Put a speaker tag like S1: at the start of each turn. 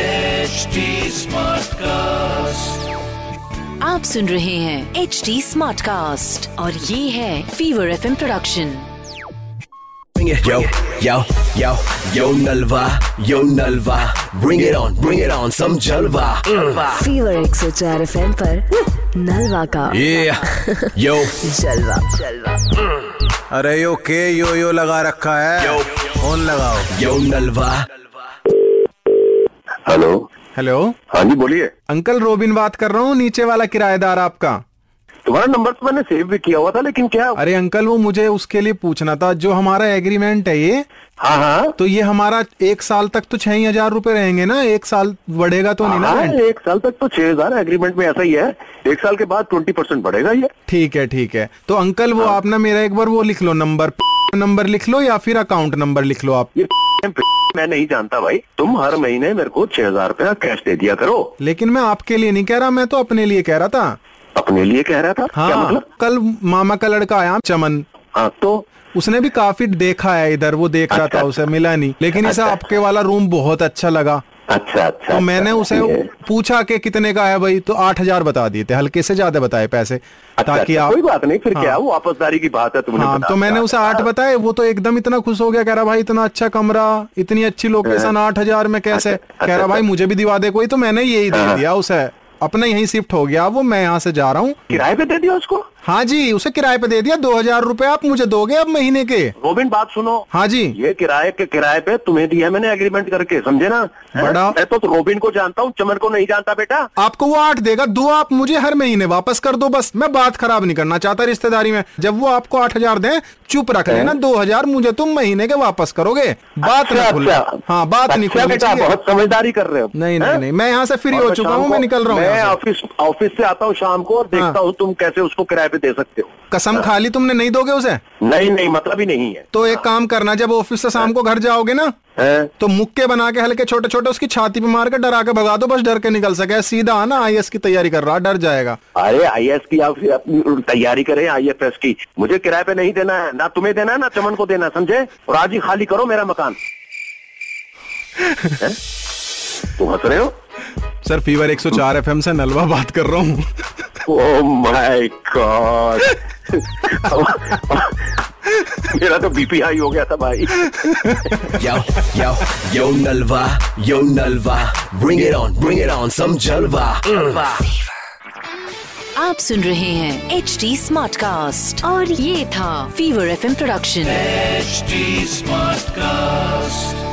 S1: HD Smartcast.
S2: आप सुन रहे हैं एच डी स्मार्ट कास्ट और ये है fever F production
S3: Bring it. Yo, yo, yo, yo Nalva, yo Nalva. Bring it on, bring it on, some Jalva. Mm.
S2: Fever एक सौ चार एफ एम नलवा का
S3: Yeah, yo,
S2: जलवा जलवा
S4: अरे यो के यो यो लगा रखा है
S3: Yo.
S4: फोन लगाओ
S3: yo Nalva.
S5: हेलो
S4: हेलो
S5: हाँ जी बोलिए
S4: अंकल रोबिन बात कर रहा हूँ नीचे वाला किराएदार आपका
S5: तुम्हारा नंबर तो मैंने सेव भी किया हुआ था लेकिन क्या
S4: अरे अंकल वो मुझे उसके लिए पूछना था जो हमारा एग्रीमेंट है ये
S5: हाँ हाँ
S4: तो ये हमारा एक साल तक तो छह ही हजार रूपए रहेंगे ना एक साल बढ़ेगा तो नहीं ना
S5: हाँ
S4: rent?
S5: एक साल तक तो छह हजार एग्रीमेंट में ऐसा ही है एक साल के बाद ट्वेंटी परसेंट बढ़ेगा ये
S4: ठीक है ठीक है तो अंकल
S5: हाँ।
S4: वो आप ना मेरा एक बार वो लिख लो नंबर नंबर लिख लो या फिर अकाउंट नंबर लिख लो आप
S5: ये मैं नहीं जानता भाई तुम हर महीने मेरे को छह हजार रूपया कैश दे दिया करो
S4: लेकिन मैं आपके लिए नहीं कह रहा मैं तो अपने लिए कह रहा था
S5: अपने लिए कह रहा था क्या
S4: हाँ
S5: मतलब
S4: कल मामा का लड़का आया चमन
S5: हाँ तो
S4: उसने भी काफी देखा है इधर वो देख रहा था
S5: अच्छा।
S4: उसे मिला नहीं लेकिन इसे
S5: अच्छा।
S4: आपके वाला रूम बहुत अच्छा लगा
S5: अच्छा अच्छा
S4: तो मैंने
S5: अच्छा,
S4: उसे
S5: ठीक है।
S4: पूछा कि कितने का है भाई तो आठ हजार बता दिए थे हल्के से ज्यादा बताए पैसे
S5: अच्छा,
S4: ताकि
S5: अच्छा,
S4: आप
S5: कोई बात नहीं फिर
S4: हाँ।
S5: क्या वो आपसदारी की बात है तुमने
S4: हाँ
S5: बता
S4: तो मैंने
S5: दिया।
S4: उसे आठ बताए वो तो एकदम इतना खुश हो गया कह रहा भाई इतना अच्छा कमरा इतनी अच्छी लोकेशन आठ हजार में कैसे
S5: हाँ। अच्छा, अच्छा, हाँ।
S4: कह रहा भाई
S5: अच्छा।
S4: मुझे भी दिवा दे कोई तो मैंने यही दे दिया उसे अपना यहीं शिफ्ट हो गया वो मैं यहाँ से जा रहा हूँ
S5: अच्छा, किराए पे दे दिया उसको
S4: हाँ जी उसे किराए पे दे दिया दो हजार रूपए आप मुझे दोगे अब महीने के
S5: रोबिन बात सुनो
S4: हाँ जी
S5: ये किराए के किराए पे तुम्हें दिया है मैंने एग्रीमेंट करके समझे ना
S4: बड़ा-
S5: मैं तो रोबिन को जानता हूँ चमन को नहीं जानता बेटा
S4: आपको वो आठ देगा दो आप मुझे हर महीने वापस कर दो बस मैं बात खराब नहीं करना चाहता रिश्तेदारी में जब वो आपको आठ हजार दे चुप रख लेना दो हजार मुझे तुम महीने के वापस करोगे बात
S5: अच्छा,
S4: नहीं खुल
S5: अच्छा।
S4: हाँ बात नहीं
S5: अच्छा,
S4: खुलनी
S5: बेटा
S4: चाहिए।
S5: बहुत समझदारी कर रहे हो
S4: नहीं
S5: हैं?
S4: नहीं नहीं मैं यहाँ से फ्री
S5: और
S4: हो
S5: मैं
S4: चुका
S5: शाम
S4: हूँ
S5: को-
S4: मैं निकल रहा हूँ
S5: मैं
S4: यहाँ से।
S5: ऑफिस ऑफिस से आता हूँ शाम को और देखता
S4: हाँ।
S5: हूँ तुम कैसे उसको किराए पे दे सकते हो
S4: कसम खाली तुमने नहीं दोगे उसे
S5: नहीं नहीं मतलब ही नहीं है
S4: तो एक काम करना जब ऑफिस से शाम को घर जाओगे ना
S5: हैं?
S4: तो मुक्के बना के हल्के छोटे छोटे उसकी छाती पे मार के डरा के भगा दो बस डर के निकल सके सीधा आना आई की तैयारी कर रहा डर जाएगा
S5: अरे आई की आप अपनी तैयारी करें आई की मुझे किराए पे नहीं देना है ना तुम्हें देना है ना चमन को देना है, समझे और आज ही खाली करो मेरा मकान हैं? तुम हंस रहे हो
S4: सर फीवर 104 एफएम से नलवा बात कर रहा हूँ
S5: Oh my god. मेरा तो बीपी हाई हो गया था भाई
S3: Yo, yo, yo Nalva, yo Nalva. Bring it on, bring it on, some Jalva.
S2: आप सुन रहे हैं एच डी स्मार्ट कास्ट और ये था fever F production
S1: HD Smartcast.